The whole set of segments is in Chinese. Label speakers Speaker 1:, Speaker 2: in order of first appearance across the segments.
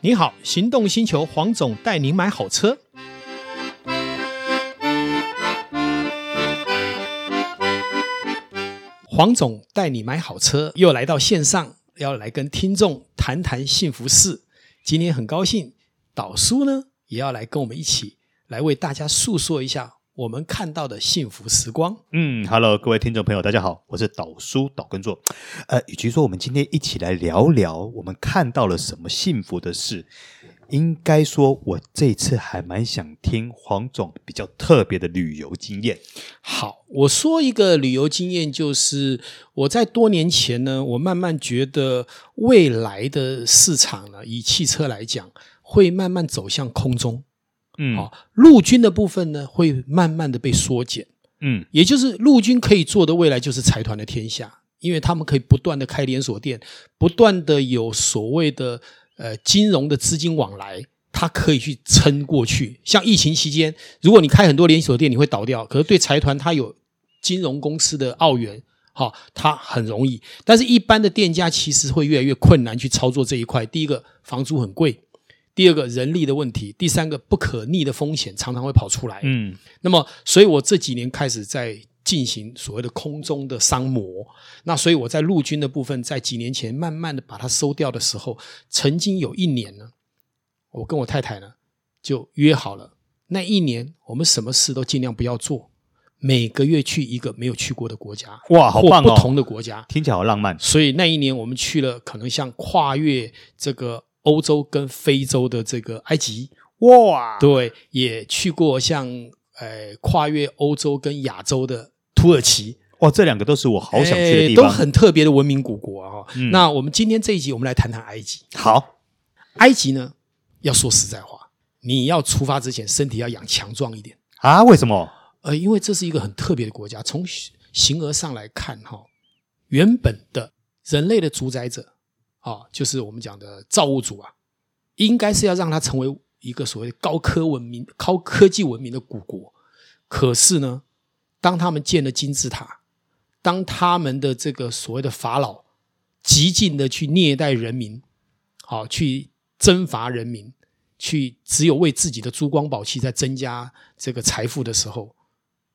Speaker 1: 你好，行动星球黄总带您买好车。黄总带你买好车，又来到线上，要来跟听众谈谈幸福事。今天很高兴，导叔呢也要来跟我们一起来为大家诉说一下我们看到的幸福时光。
Speaker 2: 嗯，Hello，各位听众朋友，大家好，我是导叔导根座。呃，与其说我们今天一起来聊聊我们看到了什么幸福的事，应该说我这次还蛮想听黄总比较特别的旅游经验。
Speaker 1: 好，我说一个旅游经验，就是我在多年前呢，我慢慢觉得未来的市场呢，以汽车来讲，会慢慢走向空中。
Speaker 2: 嗯
Speaker 1: 好、陆军的部分呢，会慢慢的被缩减。
Speaker 2: 嗯
Speaker 1: 也就是陆军可以做的未来就是财团的天下，因为他们可以不断的开连锁店，不断的有所谓的呃金融的资金往来，它可以去撑过去。像疫情期间，如果你开很多连锁店，你会倒掉，可是对财团它有金融公司的澳元。好、它很容易，但是一般的店家其实会越来越困难去操作这一块。第一个，房租很贵；第二个，人力的问题；第三个，不可逆的风险常常会跑出来。
Speaker 2: 嗯
Speaker 1: 那么，所以我这几年开始在进行所谓的空中的商模。那所以我在陆军的部分，在几年前慢慢的把它收掉的时候，曾经有一年呢，我跟我太太呢就约好了，那一年我们什么事都尽量不要做，每个月去一个没有去过的国家，
Speaker 2: 哇好棒哦
Speaker 1: 或不同的国家。
Speaker 2: 听起来好浪漫。
Speaker 1: 所以那一年我们去了，可能像跨越这个欧洲跟非洲的这个埃及，
Speaker 2: 哇，
Speaker 1: 对，也去过像呃跨越欧洲跟亚洲的土耳其，
Speaker 2: 哇，这两个都是我好想去的地
Speaker 1: 哎都
Speaker 2: 方。
Speaker 1: 很特别的文明古国啊、哦
Speaker 2: 嗯
Speaker 1: 那我们今天这一集，我们来谈谈埃及。
Speaker 2: 好，
Speaker 1: 埃及呢，要说实在话，你要出发之前，身体要养强壮一点。
Speaker 2: 啊，为什么？
Speaker 1: 呃，因为这是一个很特别的国家，从形形而上来看哈、原本的人类的主宰者啊、就是我们讲的造物主啊，应该是要让它成为一个所谓的高科文明、高科技文明的古国。可是呢，当他们建了金字塔，当他们的这个所谓的法老极尽的去虐待人民，好、去征伐人民，去只有为自己的珠光宝气在增加这个财富的时候，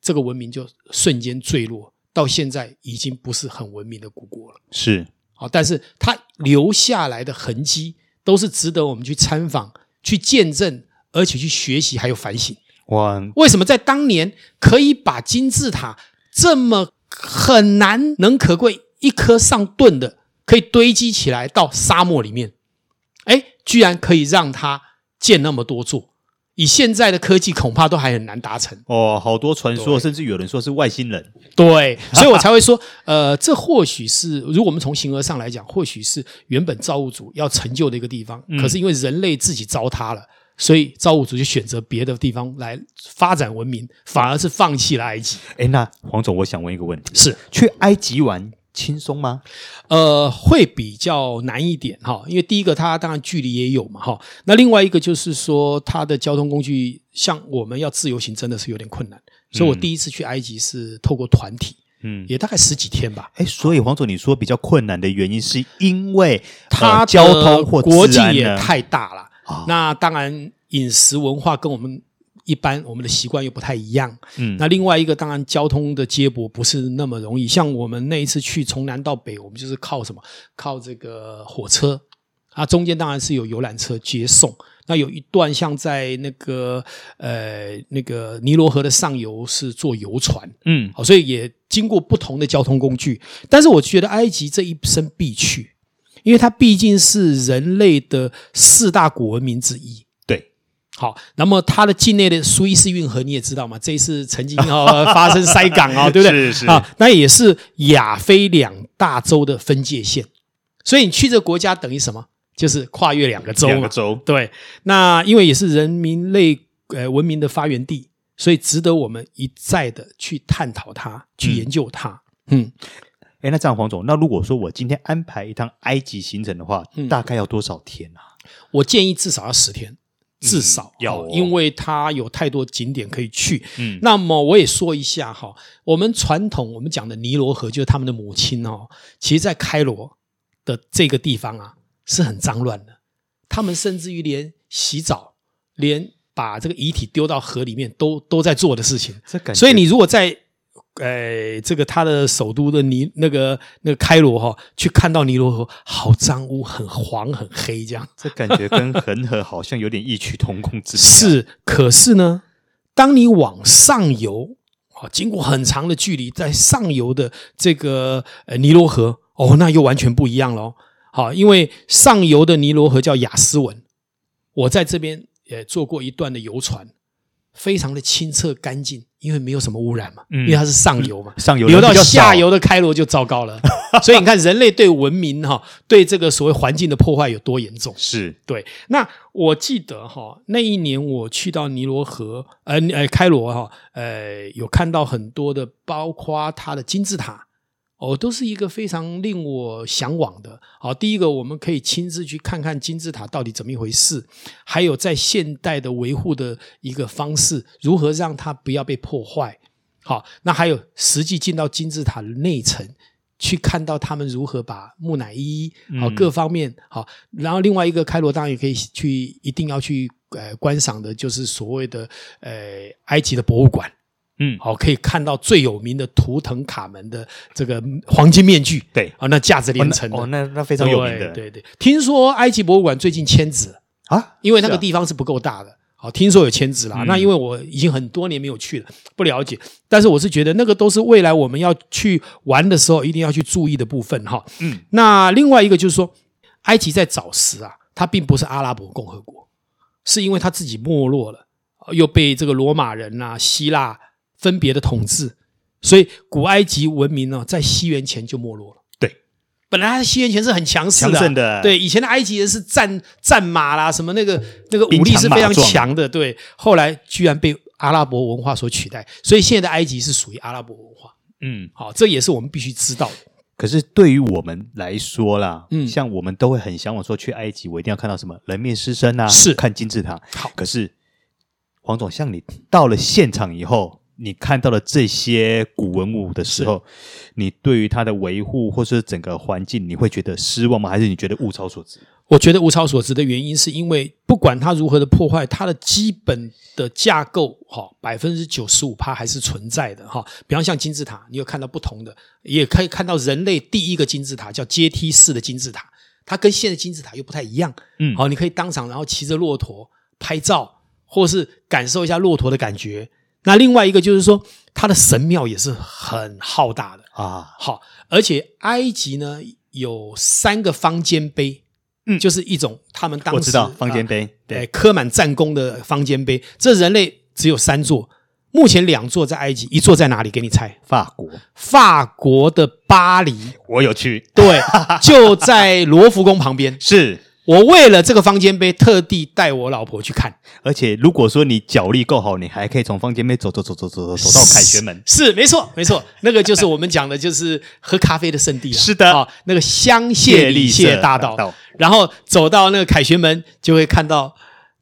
Speaker 1: 这个文明就瞬间坠落，到现在已经不是很文明的古国了。
Speaker 2: 是
Speaker 1: 好，但是它留下来的痕迹都是值得我们去参访、去见证，而且去学习还有反省。
Speaker 2: 哇，
Speaker 1: 为什么在当年可以把金字塔这么很难能可贵一颗上吨的，可以堆积起来到沙漠里面？哎，居然可以让它建那么多座，以现在的科技恐怕都还很难达成。
Speaker 2: 哦，好多传说，
Speaker 1: 对
Speaker 2: 甚至有人说是外星人。
Speaker 1: 对，所以我才会说，呃，这或许是如果我们从形而上来讲，或许是原本造物主要成就的一个地方，
Speaker 2: 嗯
Speaker 1: 可是因为人类自己糟蹋了。所以造物主就选择别的地方来发展文明，反而是放弃了埃及。
Speaker 2: 哎，那黄总，我想问一个问题：
Speaker 1: 是，
Speaker 2: 去埃及玩轻松吗？
Speaker 1: 呃，会比较难一点哈，因为第一个它当然距离也有嘛哈，那另外一个就是说它的交通工具，像我们要自由行真的是有点困难，所以我第一次去埃及是透过团体，
Speaker 2: 嗯，
Speaker 1: 也大概十几天吧。
Speaker 2: 哎，所以黄总，你说比较困难的原因，是因为
Speaker 1: 它
Speaker 2: 呃
Speaker 1: 的
Speaker 2: 交通或
Speaker 1: 国
Speaker 2: 治
Speaker 1: 际
Speaker 2: 安
Speaker 1: 也
Speaker 2: 呢
Speaker 1: 太大了，
Speaker 2: 啊
Speaker 1: 那当然饮食文化跟我们一般我们的习惯又不太一样，
Speaker 2: 嗯
Speaker 1: 那另外一个当然交通的接驳不是那么容易，像我们那一次去从南到北，我们就是靠什么？靠这个火车啊，中间当然是有游览车接送。那有一段像在那个呃那个尼罗河的上游是坐游船，
Speaker 2: 嗯
Speaker 1: 好，所以也经过不同的交通工具。但是我觉得埃及这一生必去，因为它毕竟是人类的四大古文明之一。
Speaker 2: 对，
Speaker 1: 好，那么它的境内的苏伊士运河你也知道嘛，这一次曾经 哦发生塞港哦，对不对？
Speaker 2: 是是
Speaker 1: 啊，那也是亚非两大洲的分界线，所以你去这个国家等于什么？就是跨越两个洲
Speaker 2: 两
Speaker 1: 嘛
Speaker 2: 个。州
Speaker 1: 对，那因为也是人民类呃文明的发源地，所以值得我们一再的去探讨它，去研究它。嗯，
Speaker 2: 哎，那这样黄总，那如果说我今天安排一趟埃及行程的话，
Speaker 1: 嗯
Speaker 2: 大概要多少天啊？
Speaker 1: 我建议至少要十天，至少、
Speaker 2: 要哦
Speaker 1: 因为它有太多景点可以去。
Speaker 2: 嗯
Speaker 1: 那么我也说一下哈，我们传统我们讲的尼罗河就是他们的母亲哦，其实在开罗的这个地方啊是很脏乱的，他们甚至于连洗澡、连把这个遗体丢到河里面都都在做的事情。
Speaker 2: 这感觉
Speaker 1: 所以你如果在呃这个他的首都的尼那个那个开罗哈、去看到尼罗河，好脏污、很黄、很黑这样。
Speaker 2: 这感觉跟恒河好像有点异曲同工之 妙。
Speaker 1: 是，可是呢，当你往上游啊，经过很长的距离，在上游的这个呃尼罗河，哦，那又完全不一样喽。好、因为上游的尼罗河叫雅斯文，我在这边也坐过一段的游船，非常的清澈干净，因为没有什么污染嘛，
Speaker 2: 嗯
Speaker 1: 因为它是上游嘛。
Speaker 2: 上游
Speaker 1: 流
Speaker 2: 人
Speaker 1: 到
Speaker 2: 比较
Speaker 1: 下
Speaker 2: 少
Speaker 1: 游的开罗就糟糕了， 所以你看人类对文明哈、对这个所谓环境的破坏有多严重。
Speaker 2: 是
Speaker 1: 对，那我记得哈、那一年我去到尼罗河，呃呃，开罗哈、呃，有看到很多的，包括它的金字塔，哦，都是一个非常令我向往的。好、第一个我们可以亲自去看看金字塔到底怎么一回事，还有在现代的维护的一个方式，如何让它不要被破坏。好，那还有实际进到金字塔的内层，去看到他们如何把木乃伊好、
Speaker 2: 嗯
Speaker 1: 各方面好，然后另外一个开罗当然也可以去，一定要去呃观赏的，就是所谓的呃埃及的博物馆，
Speaker 2: 嗯
Speaker 1: 好、可以看到最有名的图腾卡门的这个黄金面具，
Speaker 2: 对
Speaker 1: 啊、那价值
Speaker 2: 哦
Speaker 1: 连城
Speaker 2: 那
Speaker 1: 的，
Speaker 2: 哦那那非常有名
Speaker 1: 对
Speaker 2: 的
Speaker 1: 对对，听说埃及博物馆最近迁址了，
Speaker 2: 啊，
Speaker 1: 因为那个
Speaker 2: 是啊
Speaker 1: 地方是不够大的。好，听说有迁址啦。
Speaker 2: 嗯
Speaker 1: 那因为我已经很多年没有去了，不了解。但是我是觉得那个都是未来我们要去玩的时候一定要去注意的部分哈。
Speaker 2: 嗯，
Speaker 1: 那另外一个就是说，埃及在早时啊，它并不是阿拉伯共和国，是因为它自己没落了，呃又被这个罗马人啊、希腊分别的统治，所以古埃及文明呢、在西元前就没落了。
Speaker 2: 对，
Speaker 1: 本来它西元前是很强势的啊、
Speaker 2: 强盛的
Speaker 1: 对，以前的埃及人是战战马啦，什么那个那个武
Speaker 2: 兵
Speaker 1: 力
Speaker 2: 强
Speaker 1: 是非常
Speaker 2: 马壮
Speaker 1: 强的，对。后来居然被阿拉伯文化所取代，所以现在的埃及是属于阿拉伯文化。
Speaker 2: 嗯，
Speaker 1: 好，这也是我们必须知道的。
Speaker 2: 可是对于我们来说啦，
Speaker 1: 嗯
Speaker 2: 像我们都会很向往说去埃及，我一定要看到什么人面狮身啊，
Speaker 1: 是
Speaker 2: 看金字塔。
Speaker 1: 好
Speaker 2: 可是黄总，像你到了现场以后，你看到了这些古文物的时候，你对于它的维护或是整个环境，你会觉得失望吗？还是你觉得物超所值？
Speaker 1: 我觉得物超所值的原因，是因为不管它如何的破坏，它的基本的架构，哈、百分之九十五趴还是存在的哈、比方像金字塔，你有看到不同的，也可以看到人类第一个金字塔叫阶梯式的金字塔，它跟现在金字塔又不太一样。
Speaker 2: 嗯
Speaker 1: 好、你可以当场然后骑着骆驼拍照，或是感受一下骆驼的感觉。那另外一个就是说，它的神庙也是很浩大的。
Speaker 2: 啊，
Speaker 1: 好，而且埃及呢有三个方尖碑，
Speaker 2: 嗯
Speaker 1: 就是一种他们当时
Speaker 2: 我知道方尖碑，
Speaker 1: 呃
Speaker 2: 对，
Speaker 1: 科满战功的方尖碑，这人类只有三座，目前两座在埃及，一座在哪里？给你猜，
Speaker 2: 法国，
Speaker 1: 法国的巴黎，
Speaker 2: 我有去，
Speaker 1: 对，就在罗浮宫旁边。
Speaker 2: 是。
Speaker 1: 我为了这个方尖碑，特地带我老婆去看，
Speaker 2: 而且如果说你脚力够好，你还可以从方尖碑走走走走走走走到凯旋门。
Speaker 1: 是没错，没错，那个就是我们讲的，就是喝咖啡的圣地了。
Speaker 2: 是的
Speaker 1: 啊、那个香榭里榭大道
Speaker 2: 谢里谢大道，
Speaker 1: 然后走到那个凯旋门，就会看到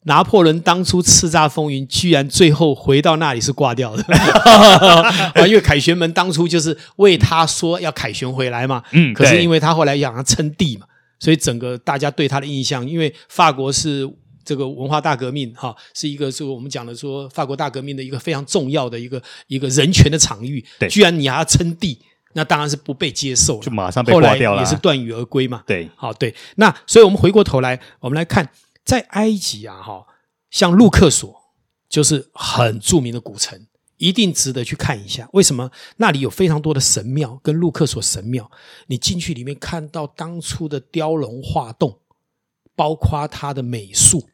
Speaker 1: 拿破仑当初叱咤风云，居然最后回到那里是挂掉的。 啊，因为凯旋门当初就是为他说要凯旋回来嘛，
Speaker 2: 嗯
Speaker 1: 可是
Speaker 2: 对
Speaker 1: 因为他后来让他称帝嘛，所以整个大家对他的印象，因为法国是。这个文化大革命，哈，是一个是我们讲的说法国大革命的一个非常重要的一个一个人权的场域，
Speaker 2: 对
Speaker 1: 居然你还要称帝，那当然是不被接受了，
Speaker 2: 就马上被
Speaker 1: 后来
Speaker 2: 挂掉了
Speaker 1: 也是断羽而归嘛。
Speaker 2: 对，
Speaker 1: 好，对，那所以我们回过头来，我们来看在埃及啊，哈，像路克索就是很著名的古城，一定值得去看一下。为什么？那里有非常多的神庙，跟路克索神庙，你进去里面看到当初的雕龙画栋，包括它的美术，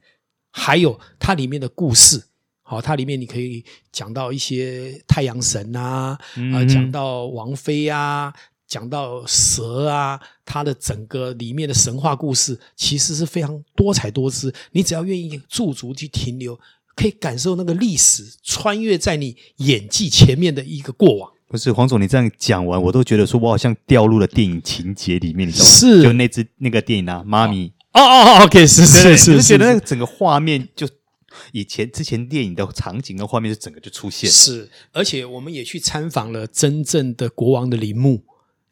Speaker 1: 还有它里面的故事。好，它里面你可以讲到一些太阳神啊，啊、
Speaker 2: 嗯
Speaker 1: 讲到王妃啊，讲到蛇啊，它的整个里面的神话故事其实是非常多彩多姿。你只要愿意驻足去停留，可以感受那个历史穿越在你演技前面的一个过往。
Speaker 2: 不是黄总，你这样讲完，我都觉得说我好像掉入了电影情节里面，你知道吗？
Speaker 1: 是
Speaker 2: 就那只那个电影啊，妈咪，
Speaker 1: 哦哦哦，OK，是
Speaker 2: 对你就觉得那个整个画面就以前之前电影的场景跟画面就整个就出现，
Speaker 1: 是，而且我们也去参访了真正的国王的陵墓，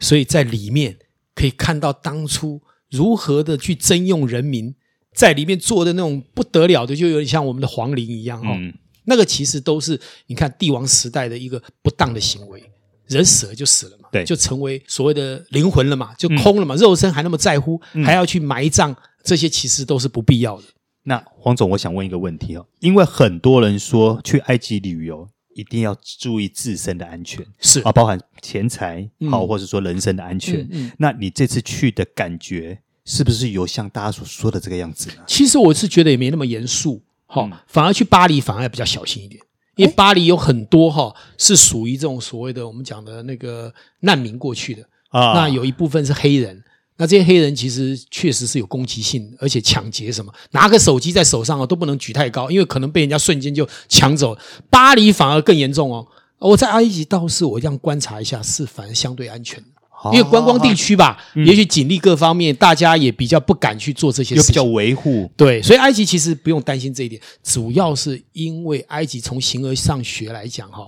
Speaker 1: 所以在里面可以看到当初如何的去征用人民，在里面做的那种不得了的，就有点像我们的皇陵一样哦。
Speaker 2: 嗯
Speaker 1: 那个其实都是你看帝王时代的一个不当的行为，人死了就死了嘛，
Speaker 2: 对嗯
Speaker 1: 就成为所谓的灵魂了嘛，就空了嘛，肉身还那么在乎，还要去埋葬，这些其实都是不必要的。
Speaker 2: 那黄总，我想问一个问题哦，因为很多人说去埃及旅游一定要注意自身的安全
Speaker 1: 是
Speaker 2: 啊，包含钱财
Speaker 1: 嗯
Speaker 2: 好，或者说人身的安全。
Speaker 1: 嗯嗯
Speaker 2: 那你这次去的感觉是不是有像大家所说的这个样子呢？
Speaker 1: 其实我是觉得也没那么严肃，哈、
Speaker 2: 嗯
Speaker 1: 反而去巴黎反而比较小心一点，因为巴黎有很多哈、是属于这种所谓的我们讲的那个难民过去的，
Speaker 2: 啊
Speaker 1: 那有一部分是黑人。那这些黑人其实确实是有攻击性的，而且抢劫什么，拿个手机在手上哦都不能举太高，因为可能被人家瞬间就抢走。巴黎反而更严重哦。我在埃及倒是我这样观察一下，是反而相对安全的，
Speaker 2: 哦嗯
Speaker 1: 因为观光地区吧，也许警力各方面大家也比较不敢去做这些
Speaker 2: 又
Speaker 1: 事
Speaker 2: 比
Speaker 1: 情
Speaker 2: 较。维护
Speaker 1: 对，所以埃及其实不用担心这一点，主要是因为埃及从形而上学来讲哈，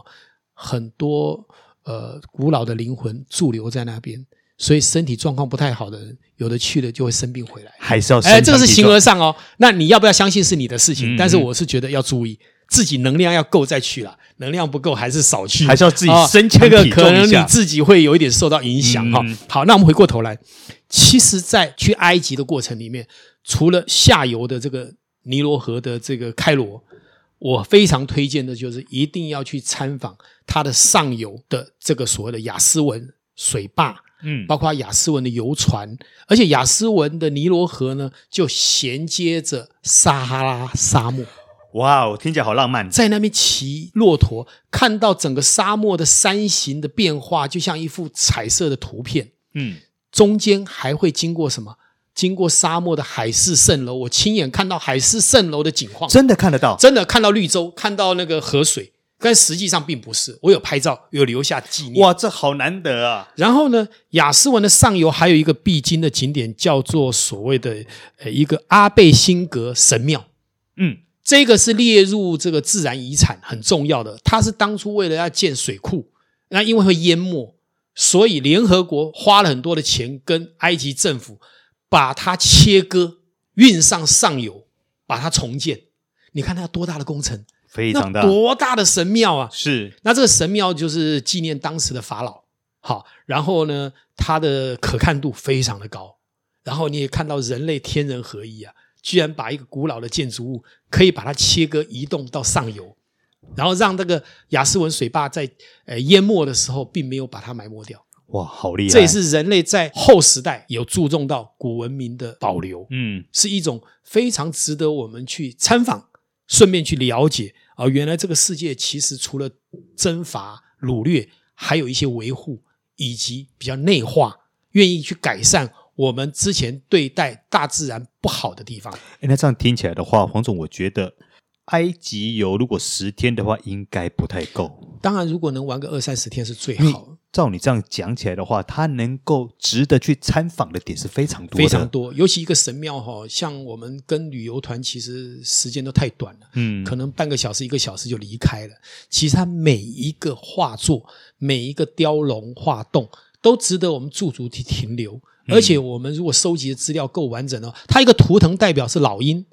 Speaker 1: 很多呃古老的灵魂驻留在那边，所以身体状况不太好的人，有的去了就会生病回来。
Speaker 2: 还是要
Speaker 1: 哎，这个是
Speaker 2: 身
Speaker 1: 形
Speaker 2: 强体
Speaker 1: 而
Speaker 2: 壮
Speaker 1: 上哦，那你要不要相信是你的事情？
Speaker 2: 嗯
Speaker 1: 但是我是觉得要注意自己能量要够再去啦，能量不够还是少去，
Speaker 2: 还是要自己
Speaker 1: 啊
Speaker 2: 身强
Speaker 1: 这个
Speaker 2: 体
Speaker 1: 可
Speaker 2: 壮一
Speaker 1: 能
Speaker 2: 下
Speaker 1: 你自己会有一点受到影响哈、
Speaker 2: 嗯
Speaker 1: 好，那我们回过头来，其实，在去埃及的过程里面，除了下游的这个尼罗河的这个开罗，我非常推荐的就是一定要去参访它的上游的这个所谓的雅斯文水坝。
Speaker 2: 嗯，
Speaker 1: 包括雅斯文的游船，而且雅斯文的尼罗河呢，就衔接着撒哈拉沙漠，
Speaker 2: 哇哦，听起来好浪漫。
Speaker 1: 在那边骑骆驼，看到整个沙漠的山形的变化，就像一幅彩色的图片。
Speaker 2: 嗯，
Speaker 1: 中间还会经过什么？经过沙漠的海市蜃楼，我亲眼看到海市蜃楼的景况，
Speaker 2: 真的看得到。
Speaker 1: 真的看到绿洲，看到那个河水，但实际上并不是。我有拍照，有留下纪念。
Speaker 2: 哇，这好难得啊！
Speaker 1: 然后呢，雅斯文的上游还有一个必经的景点，叫做所谓的呃一个阿贝辛格神庙。
Speaker 2: 嗯，
Speaker 1: 这个是列入这个自然遗产很重要的，它是当初为了要建水库，那因为会淹没，所以联合国花了很多的钱跟埃及政府把它切割，运上上游，把它重建。你看它有多大的工程，
Speaker 2: 非常
Speaker 1: 那
Speaker 2: 大，
Speaker 1: 多大的神庙啊！
Speaker 2: 是
Speaker 1: 那这个神庙就是纪念当时的法老，好，然后呢，它的可看度非常的高，然后你也看到人类天人合一啊，居然把一个古老的建筑物可以把它切割移动到上游，然后让那个雅斯文水坝在呃淹没的时候，并没有把它埋没掉，
Speaker 2: 哇，好厉害！
Speaker 1: 这也是人类在后时代有注重到古文明的保留。
Speaker 2: 嗯，
Speaker 1: 是一种非常值得我们去参访，顺便去了解啊、原来这个世界其实除了征伐、掳掠，还有一些维护以及比较内化，愿意去改善我们之前对待大自然不好的地方。
Speaker 2: 哎诶那这样听起来的话，黄总，我觉得埃及游如果十天的话，应该不太够。
Speaker 1: 当然，如果能玩个二三十天是最
Speaker 2: 因为
Speaker 1: 好的。
Speaker 2: 照你这样讲起来的话，它能够值得去参访的点是非常多的，
Speaker 1: 非常多，尤其一个神庙哈、像我们跟旅游团其实时间都太短了，
Speaker 2: 嗯，
Speaker 1: 可能半个小时、一个小时就离开了。其实它每一个画作、每一个雕龙画栋，都值得我们驻足去停留。
Speaker 2: 嗯
Speaker 1: 而且我们如果收集的资料够完整哦，它一个图腾代表是老鹰，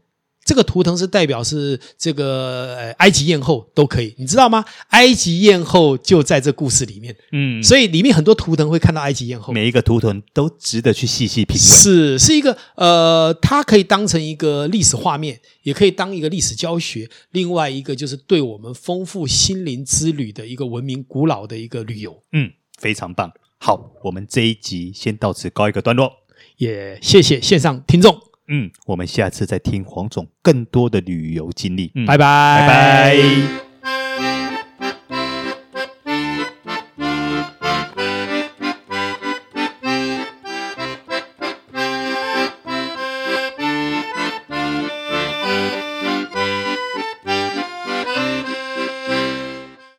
Speaker 1: 这个图腾是代表是这个、呃、埃及艳后都可以，你知道吗？埃及艳后就在这故事里面，
Speaker 2: 嗯，
Speaker 1: 所以里面很多图腾会看到埃及艳后。
Speaker 2: 每一个图腾都值得去细细品味。
Speaker 1: 是是一个呃，它可以当成一个历史画面，也可以当一个历史教学。另外一个就是对我们丰富心灵之旅的一个文明古老的一个旅游。
Speaker 2: 嗯，非常棒。好，我们这一集先到此告一个段落。
Speaker 1: 也谢谢线上听众，
Speaker 2: 嗯，我们下次再听黄总更多的旅游经历。嗯，
Speaker 1: 拜拜
Speaker 2: 拜拜